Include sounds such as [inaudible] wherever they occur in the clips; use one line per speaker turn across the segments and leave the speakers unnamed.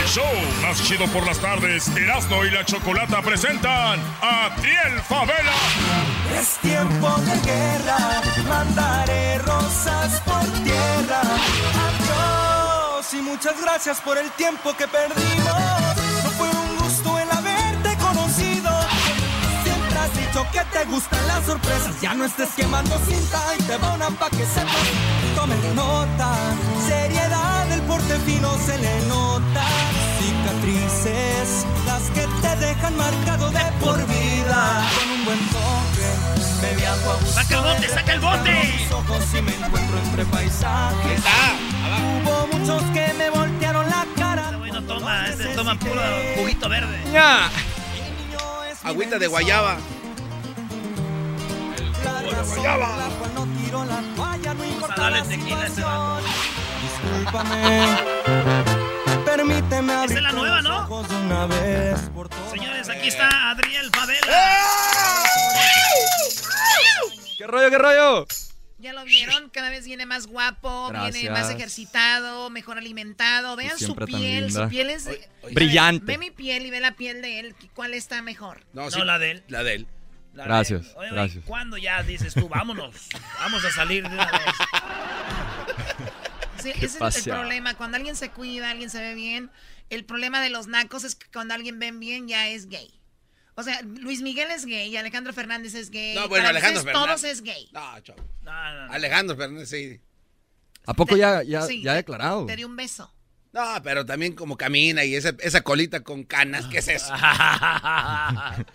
El show más chido por las tardes, Erasmo y la Chocolata presentan a
ah,
Triel Favela.
Es tiempo de guerra, mandaré rosas por tierra. Adiós y muchas gracias por el tiempo que perdimos. No fue un gusto el haberte conocido. Siempre has dicho que te gustan las sorpresas. Ya no estés quemando cinta y te donan pa' que sepas. Tomen nota, seriedad, el porte fino se le nota. Cicatrices, las que te dejan marcado de por vida. Con un buen toque, me viajo a gusto.
¡Saca el bote,
de
saca el bote!
repente abro mis ojos y me encuentro entre paisajes. Hubo muchos que me voltearon la cara.
No toma, este toma puro juguito verde.
Ya.
Es mi
Agüita de
bendición.
guayaba.
La razón por la cual no tiro la toalla, no importa
darle
la
tequila a ese
situación.
vato.
Discúlpame. Permíteme abrir
Esa es la
tus
nueva, ¿no?
ojos de una vez por todas.
Señores,
Eh.
aquí está Adriel Favela.
¿Qué rollo, qué rollo?
Ya lo vieron,
[laughs]
cada vez viene más guapo, viene más
Gracias. Pues
ejercitado, mejor alimentado. Vean su
siempre tan
piel,
linda.
su piel es
Brillante.
Ve mi piel y ve la piel de él, ¿cuál está mejor?
No, la de él.
La de él.
la de él.
Gracias,
Oye, güey,
gracias.
¿Cuándo ya dices tú, vámonos? Vamos a salir de una vez.
Sí, ese es el- el,
pasea.
problema, cuando alguien se cuida, alguien se ve bien. El problema de los nacos es que cuando alguien ven bien ya es gay. O sea, Luis Miguel es gay, Alejandro Fernández es gay.
No, bueno,
para
Alejandro
ustedes
Fernández.
Todos es gay.
No, chavo.
No,
[laughs]
no, no.
Alejandro Fernández, sí.
¿A
pues
poco ya, ya,
Sí,
ya
te-
declarado?
Te dio un beso.
No, pero también como camina y esa, esa colita con canas, ¿qué es eso?
Adri-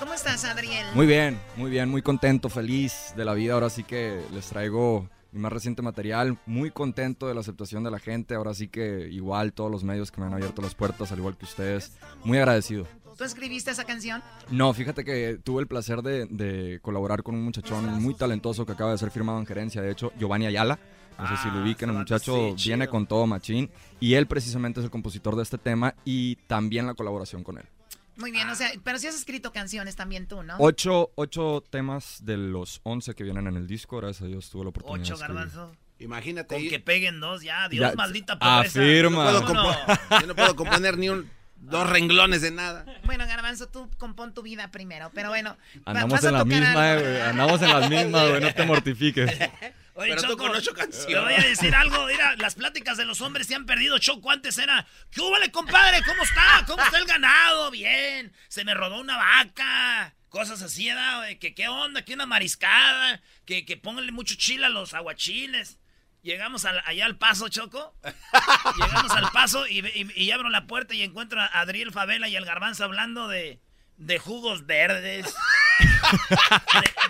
¿Cómo estás, Adriel?
Muy bien, muy bien, muy contento, feliz de la vida. Ahora sí que les traigo mi más reciente material. Muy contento de la aceptación de la gente. Ahora sí que igual todos los medios que me han abierto las puertas, al igual que ustedes. Muy agradecido.
¿Tú escribiste esa canción?
No, fíjate que tuve el placer de, de colaborar con un muchachón muy talentoso que acaba de ser firmado en gerencia, de hecho, Giovanni Ayala. No sé si
Ah,
lo ubican, el
ese vato
muchacho
sí,
viene
chido.
con todo machín y él precisamente es el compositor de este tema y también la colaboración con él.
Muy bien, o sea, pero sí has escrito canciones también tú, ¿no?
Ocho, ocho temas de los once que vienen en el disco, gracias a Dios tuve la oportunidad
Ocho
de escribir.
garbanzo.
Imagínate.
Con
yo-
que peguen dos, ya. Dios,
Ya,
maldita pobreza.
afirma.
puedo
Vámonos.
compo- [laughs] yo no puedo componer ni un dos renglones de nada.
Bueno, Garbanzo, tú compón tu vida primero, pero bueno. va-
Andamos
vas a
en la
tocar
misma, eh,
algo.
güey, andamos en la misma, güey, no
[laughs]
te mortifiques.
Oye,
Pero tú
Choco,
con ocho
Te
canciones.
voy a decir algo. Mira, las pláticas de los hombres se han perdido. Choco antes era, ¿qué húbale, compadre? ¿Cómo está? ¿Cómo está el ganado? Bien. Se me rodó una vaca. Cosas así, ¿verdad? Oye, Que qué onda, que una mariscada. Que, que pónganle mucho chile a los aguachiles. Llegamos al- allá al paso, Choco. Llegamos al paso y, ve- y- y abro la puerta y encuentro a Adriel Favela y al Garbanzo hablando de, de jugos verdes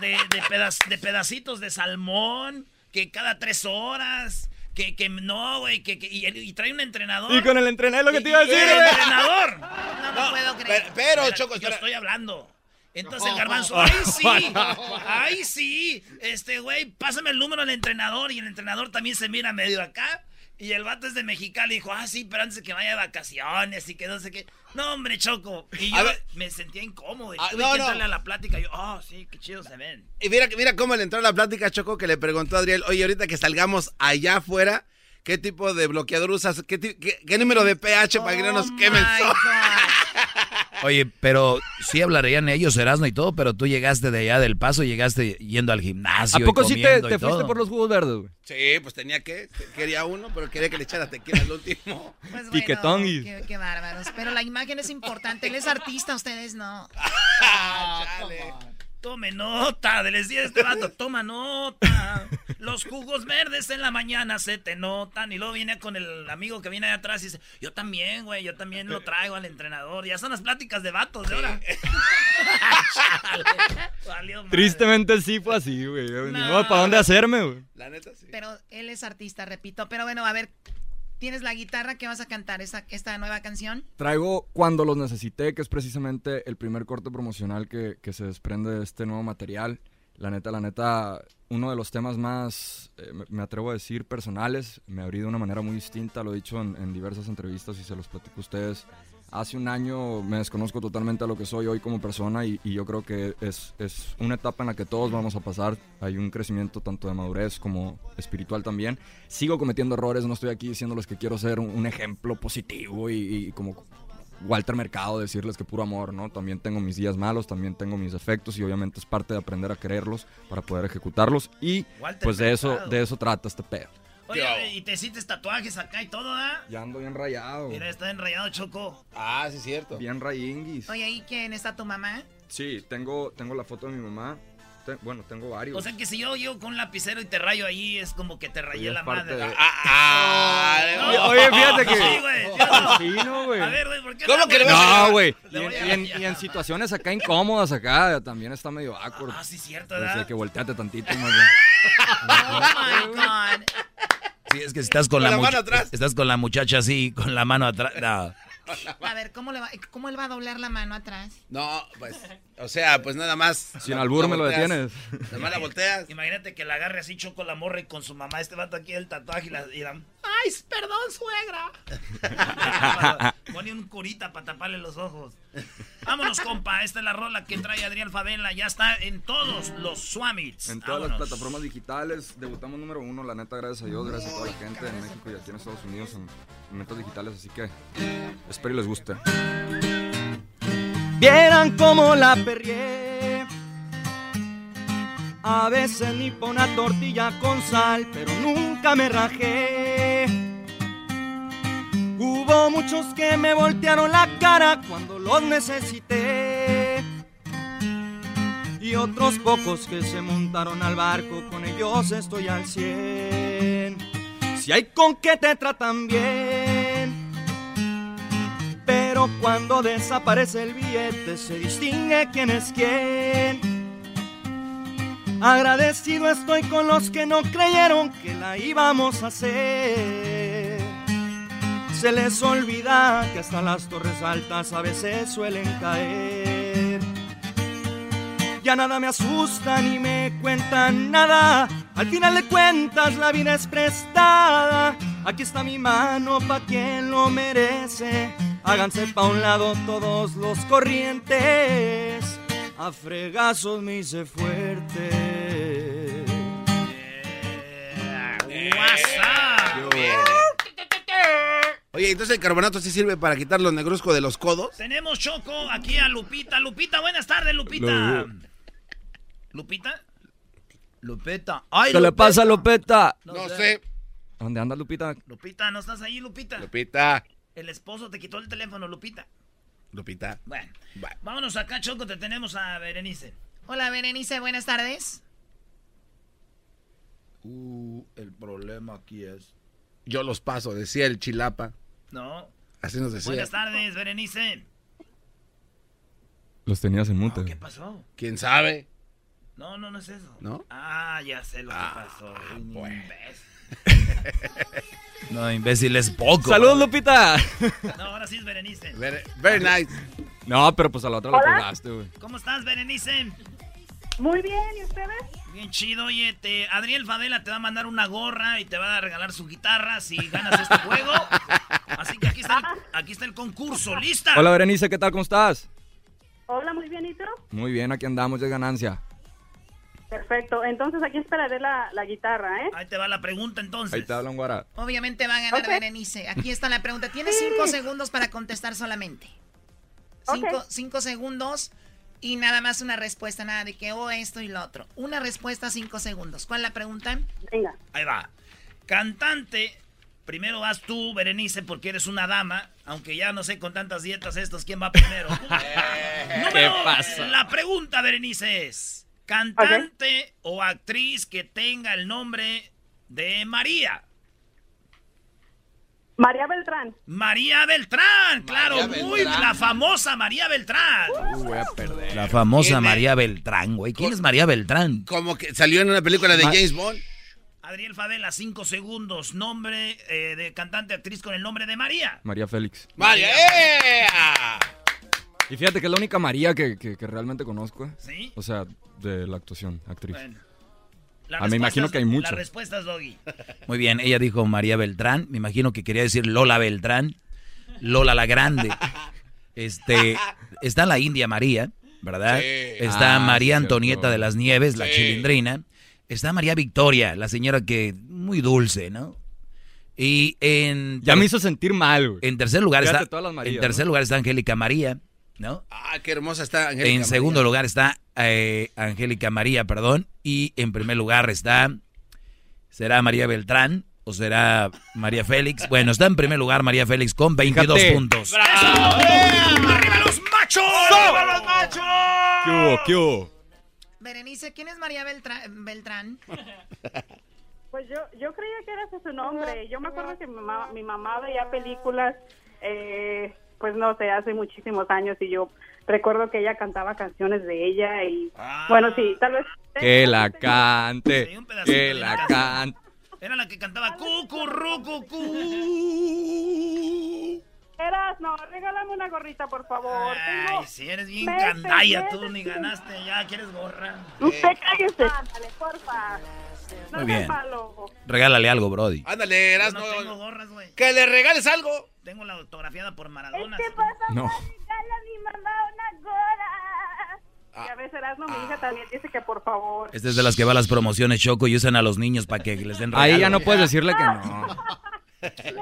de, de- de pedaz- de pedacitos de salmón, que cada tres horas, que, que no, güey, que, que- y, y trae un entrenador.
Y con el entrenador es lo que te iba a
Y-
decir,
y el
güey.
entrenador.
No, no puedo creer.
Pero, pero,
Espera,
Choco,
yo
espera.
estoy hablando. Entonces el garbanzo, ¡ay sí! ¡Ay sí! Este güey, pásame el número al entrenador y el entrenador también se mira medio acá. Y el vato es de Mexicali y dijo, ah, sí, pero antes de que vaya de vacaciones y que no sé qué. No, hombre, Choco. Y
A
yo
ver.
me sentía incómodo. Y
Ah,
tuve
no,
que
no.
entrarle a la plática. Y yo, oh, sí, qué chido se ven.
Y mira, mira cómo le entró la plática a Choco que le preguntó a Adriel, oye, ahorita que salgamos allá afuera, ¿qué tipo de bloqueador usas? ¿Qué, ti- qué- qué número de pH para que no nos
Oh
quemen?
my God.
Oye, pero sí hablarían ellos, Erasmo y todo, pero tú llegaste de allá del paso, llegaste yendo al
¿A
gimnasio.
poco
y
sí te,
comiendo y
te fuiste
todo?
por los jugos verdes, güey?
Sí, pues tenía que, quería uno, pero quería que le echara tequila
[laughs]
al último.
Pues bueno,
Piquetonguis.
Qué, qué bárbaros. Pero la imagen es importante. Él es artista, ustedes no.
Ah, Tome nota, les decía este vato, toma nota. Los jugos verdes en la mañana se te notan. Y luego viene con el amigo que viene allá atrás y dice, yo también, güey, yo también lo traigo al entrenador. Ya son las pláticas de vatos de ahora. Chale, [laughs] valió madre.
Tristemente sí fue así, güey. Ni
No.
modo para dónde hacerme, güey.
La neta, sí.
Pero él es artista, repito. Pero bueno, a ver, ¿tienes la guitarra que vas a cantar esta, esta nueva canción?
Traigo Cuando los necesité, que es precisamente el primer corte promocional que, que se desprende de este nuevo material. La neta, la neta, uno de los temas más, eh, me- me atrevo a decir, personales. Me abrí de una manera muy distinta, lo he dicho en, en diversas entrevistas y se los platico a ustedes. Hace un año me desconozco totalmente a lo que soy hoy como persona y, y yo creo que es, es una etapa en la que todos vamos a pasar. Hay un crecimiento tanto de madurez como espiritual también. Sigo cometiendo errores, no estoy aquí diciéndoles que quiero ser un, un ejemplo positivo y, y como Walter Mercado decirles que puro amor, ¿no? También tengo mis días malos, también tengo mis defectos y obviamente es parte de aprender a creerlos para poder ejecutarlos y
Walter
pues de eso,
Mercado.
de eso trata este pedo.
Oye, güey, y te hiciste tatuajes acá y todo, ¿ah?
Ya ando bien rayado,
Mira, está enrayado Choco.
Ah, sí, es cierto.
bien rayinguis.
Oye, ¿y quién está tu mamá?
Sí, tengo, tengo la foto de mi mamá. Te- bueno, tengo varios.
O sea que si yo llego con un lapicero y te rayo ahí, es como que te rayé
es
la
parte
madre.
de-
Ah,
Oye, oye, fíjate que...
Sí, güey, ¿sí o no?
Sí, no, güey.
A ver, güey, ¿por qué
¿Cómo que le vas a-
No, güey. Y,
Le voy a-
en- y
[laughs]
en- y en situaciones acá incómodas acá también está medio awkward.
Ah, sí, cierto,
O sea,
¿verdad?
que volteate tantito. más bien.
Oh my God.
Sí, es que estás con,
Con la
mucha-
mano atrás.
Estás con la muchacha así, con la mano atrás. No.
A ver, ¿cómo, le va, ¿cómo él va a doblar la mano atrás?
No, pues, o sea, pues nada más.
Sin
la-
albur
la
me lo
volteas.
detienes.
Nada más la volteas.
Imagínate que la agarre así Choco la morra y con su mamá este vato aquí el tatuaje y la... y la-
¡Ay, perdón, suegra!
[laughs] Pone un curita para taparle los ojos. Vámonos, compa. Esta es la rola que trae Adrián Favela. Ya está en todos los Swamits.
En todas las
Vámonos.
plataformas digitales, debutamos número uno, la neta, gracias a Dios, gracias a toda la gente en México y aquí en Estados Unidos en momentos digitales, así que espero y les guste.
Vieran cómo la perrié. A veces ni pa' una tortilla con sal, pero nunca me rajé. Hubo muchos que me voltearon la cara cuando los necesité. Y otros pocos que se montaron al barco, con ellos estoy al cien. Si hay con que te tratan bien, pero cuando desaparece el billete se distingue quién es quién. Agradecido estoy con los que no creyeron que la íbamos a hacer. Se les olvida que hasta las torres altas a veces suelen caer. Ya nada me asusta ni me cuentan nada. Al final de cuentas la vida es prestada. Aquí está mi mano pa quien lo merece. Háganse pa un lado todos los corrientes. A fregazos me hice fuerte.
WhatsApp.
Oye, entonces el carbonato sí sirve para quitar los negruzcos de los codos.
Tenemos Choco aquí a Lupita. Lupita, buenas tardes, Lupita. ¿Lupita? Lupita. Ay, Lupita.
Lupita?
No,
No
sé.
sé.
¿Dónde andas, Lupita?
Lupita, ¿no estás ahí, Lupita?
Lupita.
El esposo te quitó el teléfono, Lupita.
Lupita.
Bueno,
Va.
vámonos acá, Choco. Te tenemos a Berenice.
Hola, Berenice, buenas tardes.
Uh, el problema aquí es. Yo los paso, decía el chilapa.
No.
Así nos decía.
Buenas tardes, Berenice.
Los tenías en mute.
¿Qué pasó?
¿Quién sabe?
No, no, no es eso.
¿No?
Ah, ya sé lo que pasó. Un
pues.
imbécil.
No, imbécil, es poco.
¡Saludos, Lupita!
No, ahora sí es Berenice.
Very, very nice.
No, pero pues a la otra la colgaste, güey.
¿Cómo estás, Berenice?
Muy bien, ¿y ustedes?
Bien chido, oye, te- Adriel Favela te va a mandar una gorra y te va a regalar su guitarra si ganas este juego. Así que aquí está
[laughs]
el, aquí está el concurso, ¿lista?
Hola, Berenice, ¿qué tal? ¿Cómo estás?
Hola, muy bien, ¿y tú?
Muy bien, aquí andamos de ganancia.
Perfecto, entonces aquí esperaré la, la guitarra, ¿eh?
Ahí te va la pregunta entonces.
Ahí te hablan, Guara.
Obviamente va a ganar
Ok.
Berenice. Aquí está la pregunta. Tienes cinco segundos para contestar solamente. Cinco, cinco segundos y nada más una respuesta, nada de que, oh, esto y lo otro. Una respuesta, cinco segundos. ¿Cuál la pregunta?
Venga.
Ahí va. Cantante, primero vas tú, Berenice, porque eres una dama. Aunque ya no sé con tantas dietas estos quién va primero. Número-
¿Qué pasa?
La pregunta, Berenice, es: ¿cantante o actriz que tenga el nombre de María?
María Beltrán.
María Beltrán, claro, muy la famosa María Beltrán.
Voy a perder.
La famosa María Beltrán, güey. ¿Quién es María Beltrán?
Como que salió en una película de
Ma-
James Bond.
Adriel Favela, cinco segundos. Nombre eh, de cantante, actriz con el nombre de María.
María Félix.
María. ¡eh! Ah,
Y fíjate que es la única María que, que- que realmente conozco. eh.
Sí.
O sea, de la actuación, actriz.
Bueno. La
Ah, me
respuesta
imagino
es-
que hay muchas.
La respuesta es Doggy.
Muy bien, ella dijo María Beltrán. Me imagino que quería decir Lola Beltrán. Lola la Grande. Este, está la India María, ¿verdad? Está
Ah,
María
sí,
Antonieta
cierto.
de las Nieves, la
Sí.
chilindrina. Está María Victoria, la señora que muy dulce, ¿no? Y en
Ya me hizo sentir mal, güey.
en tercer lugar
Fíjate
está
todas las Marías,
en tercer
¿no?
lugar está Angélica María, ¿no?
Ah, qué hermosa está Angélica.
en
María.
segundo lugar está eh, Angélica María, perdón. Y en primer lugar está. ¿Será María Beltrán o será María Félix? Bueno, está en primer lugar María Félix con 22
Fíjate.
puntos.
¡Arriba los machos!
¡Arriba
los machos!
¿Qué hubo? ¿Qué hubo?
Berenice, ¿quién es María Beltra- Beltrán?
Pues yo, yo creía que era ese su nombre. Yo me acuerdo que mi mamá, mi mamá veía películas, eh, pues no sé, hace muchísimos años y yo recuerdo que ella cantaba canciones de ella y bueno, sí, tal vez...
Que la cante.
pedacito
Que
de
la
la
cante.
Era la que cantaba cucurrucucú.
Eras, no, regálame una gorrita, por favor.
Ay,
Tengo-
si eres bien
Vete,
candaya tú,
vete.
ni ganaste. Ya quieres gorra.
Usted cállese. Ándale, porfa. No
Muy
sea
bien.
malo.
Regálale algo, Brody.
Ándale,
Yo
eras
no
no-
tengo gorras, güey.
Que le regales algo.
Tengo la autografiada por Maradona.
¿Qué
sí.
pasa?
No.
Regala a mi mamá una gorra. Y a veces Erasmo, mi hija también dice que por favor.
Esta es de las que va a las promociones, Choco, y usan a los niños para que les den regalo.
Ahí ya no puedes decirle que no.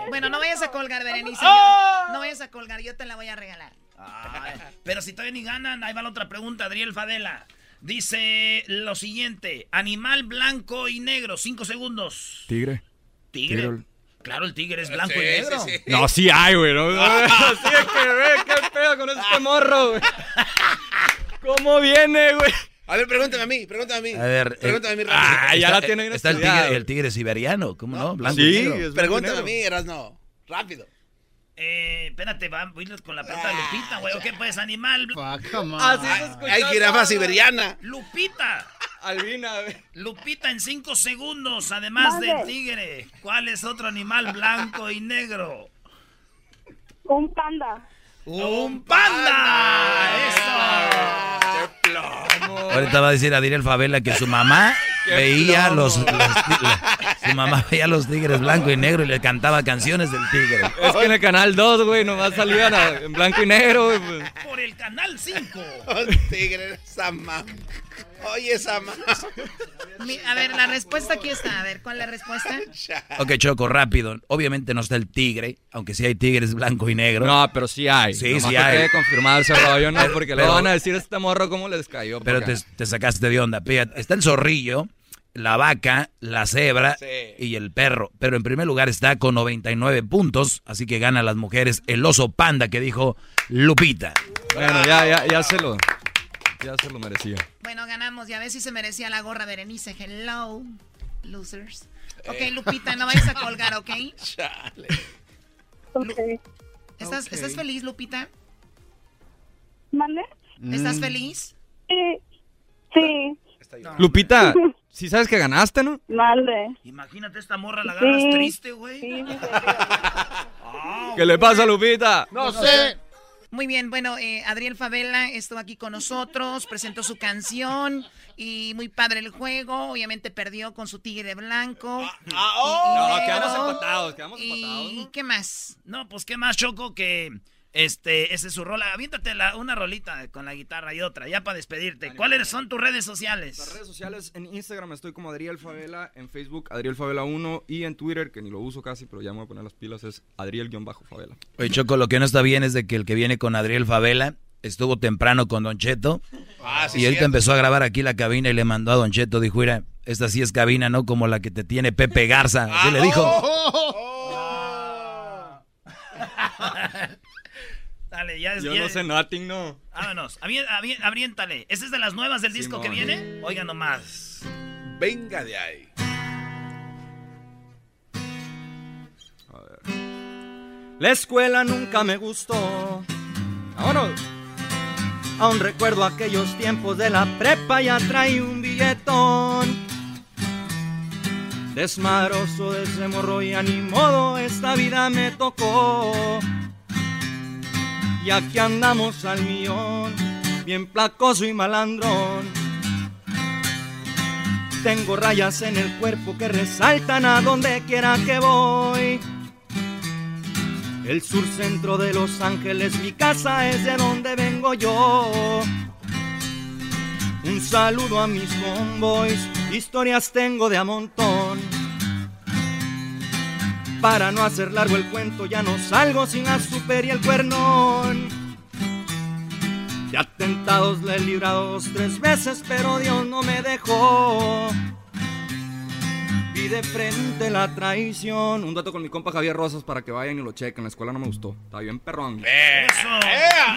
Bueno, no vayas a colgar, Berenice. yo- no vayas a colgar, yo te la voy a regalar.
Ay, pero si todavía ni ganan, ahí va la otra pregunta, Adriel Fadela. Dice lo siguiente: animal blanco y negro, cinco segundos.
Tigre.
Tigre.
Tigre.
Claro, el tigre es blanco
Sí,
y
sí,
negro.
sí.
No, sí hay, güey. ¿no? [laughs] Así es que ve, qué pedo con este morro, güey. ¿Cómo viene, güey?
A ver, pregúntame a mí, pregúntame a mí.
A ver, eh,
Pregúntame a mí, rápido.
Ah, ya la
está,
tiene bien
está el
estudiada,
tigre,
güey.
el tigre siberiano, ¿cómo no? Blanco y
Sí,
negro.
es
Pregúntame a
blanco y
mí,
negro.
eras no. Rápido.
Eh, espérate, va, voy con la pregunta de
Ah,
Lupita, güey. ¿O qué pues? Animal. bl-
Ah,
Así se escuchaba,
Hay jirafa
güey.
siberiana.
Lupita.
Albina, güey.
Lupita en cinco segundos, además
Mande.
del tigre. ¿Cuál es otro animal blanco y negro?
Un panda.
¡Un panda! ¡Eso!
Ahorita va a decir Adriel Favela que su
[laughs]
mamá veía los, los ti- la- su mamá veía los tigres blanco y negro y le cantaba canciones del tigre.
Es que en el canal 2, güey, nomás salían a-
[laughs]
en blanco y negro, güey. pues.
Por el canal 5.
Oh, tigre, esa mamá. Oye, esa mamá.
Mi- a ver, la respuesta aquí está. A ver, ¿cuál es la respuesta?
Ok, Choco, rápido. Obviamente no está el tigre, aunque sí hay tigres blanco y negro.
No, pero sí hay.
Sí,
Nomás
sí
que
hay.
quede confirmado ese rollo, no, porque le
pero-
van a decir a este morro cómo les cayó.
Pero te, te sacaste de onda. Fíjate, Está el zorrillo, la vaca, la cebra y el perro. Pero en primer lugar está con 99 puntos, así que gana las mujeres el oso panda que dijo Lupita.
Bueno, ya, ya, ya se lo... Ya se lo merecía.
Bueno, ganamos. Ya ves si se merecía la gorra, Berenice. Hello, losers.
Eh.
Ok, Lupita, no vayas a colgar,
[laughs]
¿ok?
Ok.
¿Estás, ¿estás feliz, Lupita?
¿Mande?
Mm.
¿Estás feliz?
Sí. Sí.
Lupita, sí sabes que ganaste, ¿no?
Mande.
Imagínate esta morra, la agarras
Sí.
triste, güey.
Sí, sí, sí.
¿Qué le pasa, Lupita?
No sé.
Muy bien, bueno, eh, Adriel Favela estuvo aquí con nosotros, presentó su canción y muy padre el juego. Obviamente perdió con su tigre blanco.
Ah, oh. No,
Pero-
quedamos empatados, quedamos empatados.
¿Y
¿no?
qué más?
No, pues qué más, Choco, que este, ese es su rola. Aviéntate la- una rolita con la guitarra y otra, ya para despedirte. ¿Cuáles son tus redes
Las
sociales?
redes sociales, en Instagram estoy como Adriel Favela, en Facebook Adriel Favela 1 y en Twitter, que ni lo uso casi, pero ya me voy a poner las pilas, es Adriel-Favela.
Oye, Choco, lo que no está bien es de que el que viene con Adriel Favela estuvo temprano con Don Cheto.
Ah, sí,
y ahorita
cierto.
empezó a grabar aquí la cabina y le mandó a Don Cheto, dijo, mira, esta sí es cabina, ¿no? Como la que te tiene Pepe Garza.
Ah,
Así le
oh,
dijo.
oh.
[laughs] Dale, ya es
Yo no sé nothing, no.
Vámonos, abri- abri- abriéntale. ¿Esa es de las nuevas del disco que
Simón.
viene? Oigan nomás.
Venga de ahí.
La escuela nunca me gustó. Vámonos. Aún recuerdo aquellos tiempos de la prepa, ya traí un billetón. Desmadroso desde morro y a ni modo esta vida me tocó. Y aquí andamos al millón, bien placoso y malandrón. Tengo rayas en el cuerpo que resaltan a donde quiera que voy. El sur centro de Los Ángeles, mi casa es de donde vengo yo. Un saludo a mis convoys, historias tengo de a montón. Para no hacer largo el cuento, ya no salgo sin la super y el cuernón. De atentados le he librado dos, tres veces, pero Dios no me dejó.
Vi de frente la traición. Un dato con mi compa Javier Rosas para que vayan y lo chequen. La escuela no me gustó. Está bien perrón.
¡Ah!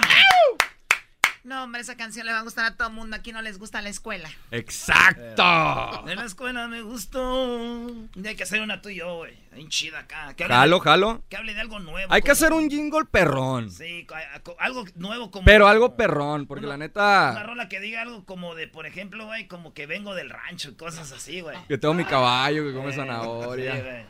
No, hombre, esa canción le va a gustar a todo el mundo. Aquí no les gusta la escuela.
¡Exacto!
De la escuela me gustó. Ya hay que hacer una tú y yo, güey. Bien chida acá. Que hable-
Jalo, jalo.
Que hable de algo nuevo.
Hay que
como-
hacer un jingle perrón.
Sí, ca- co- algo nuevo como.
Pero algo perrón, porque la
Una
neta.
rola que diga algo como de, por ejemplo, güey, como que vengo del rancho y cosas así, güey.
Que tengo mi caballo que come
Sí,
zanahoria.
güey.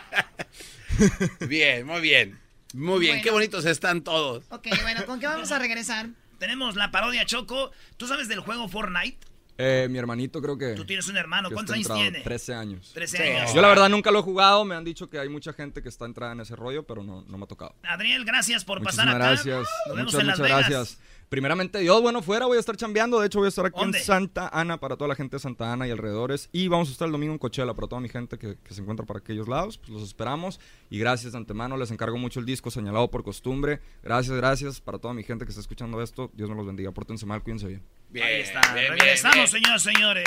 [laughs] Bien, muy bien. Muy bien,
Bueno.
qué bonitos están todos.
Ok, bueno, ¿con qué vamos a regresar?
Tenemos la parodia Choco. ¿Tú sabes del juego Fortnite?
Eh, mi hermanito creo que.
Tú tienes un hermano.
que
¿Cuántos
está
años
entrado.
tiene?
13 años.
13 años.
Yo la verdad nunca lo he jugado, me han dicho que hay mucha gente que está entrada en ese rollo, pero no, no me ha tocado.
Adriel, gracias por pasar
Muchísimas
acá.
gracias.
Nos vemos
Muchas,
en Las
muchas
Vegas.
gracias. Primeramente, Dios, bueno, fuera voy a estar chambeando. De hecho, voy a estar aquí
¿Dónde?
en Santa Ana para toda la gente de Santa Ana y alrededores. Y vamos a estar el domingo en Coachella para toda mi gente que, que se encuentra para aquellos lados. Pues los esperamos. Y gracias de antemano. Les encargo mucho el disco señalado por costumbre. Gracias, gracias para toda mi gente que está escuchando esto. Dios me los bendiga. Pórtense mal, cuídense bien.
Ahí está. Regresamos, señoras y señores.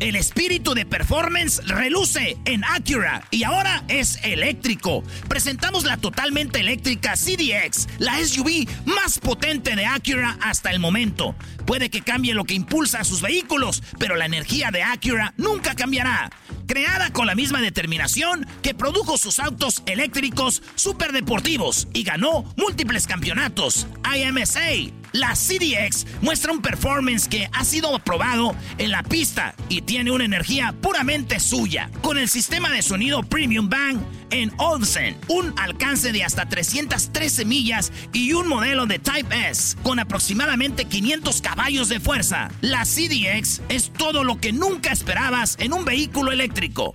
El espíritu de performance reluce en Acura y ahora es eléctrico. Presentamos la totalmente eléctrica CDX, la SUV más potente de Acura hasta el momento. Puede que cambie lo que impulsa a sus vehículos, pero la energía de Acura nunca cambiará. Creada con la misma determinación que produjo sus autos eléctricos superdeportivos y ganó múltiples campeonatos. IMSA, la CDX muestra un performance que ha sido aprobado en la pista y tiene una energía puramente suya, con el sistema de sonido Premium Bang en Olsen, un alcance de hasta 313 millas y un modelo de Type S con aproximadamente 500 caballos de fuerza. La CDX es todo lo que nunca esperabas en un vehículo eléctrico.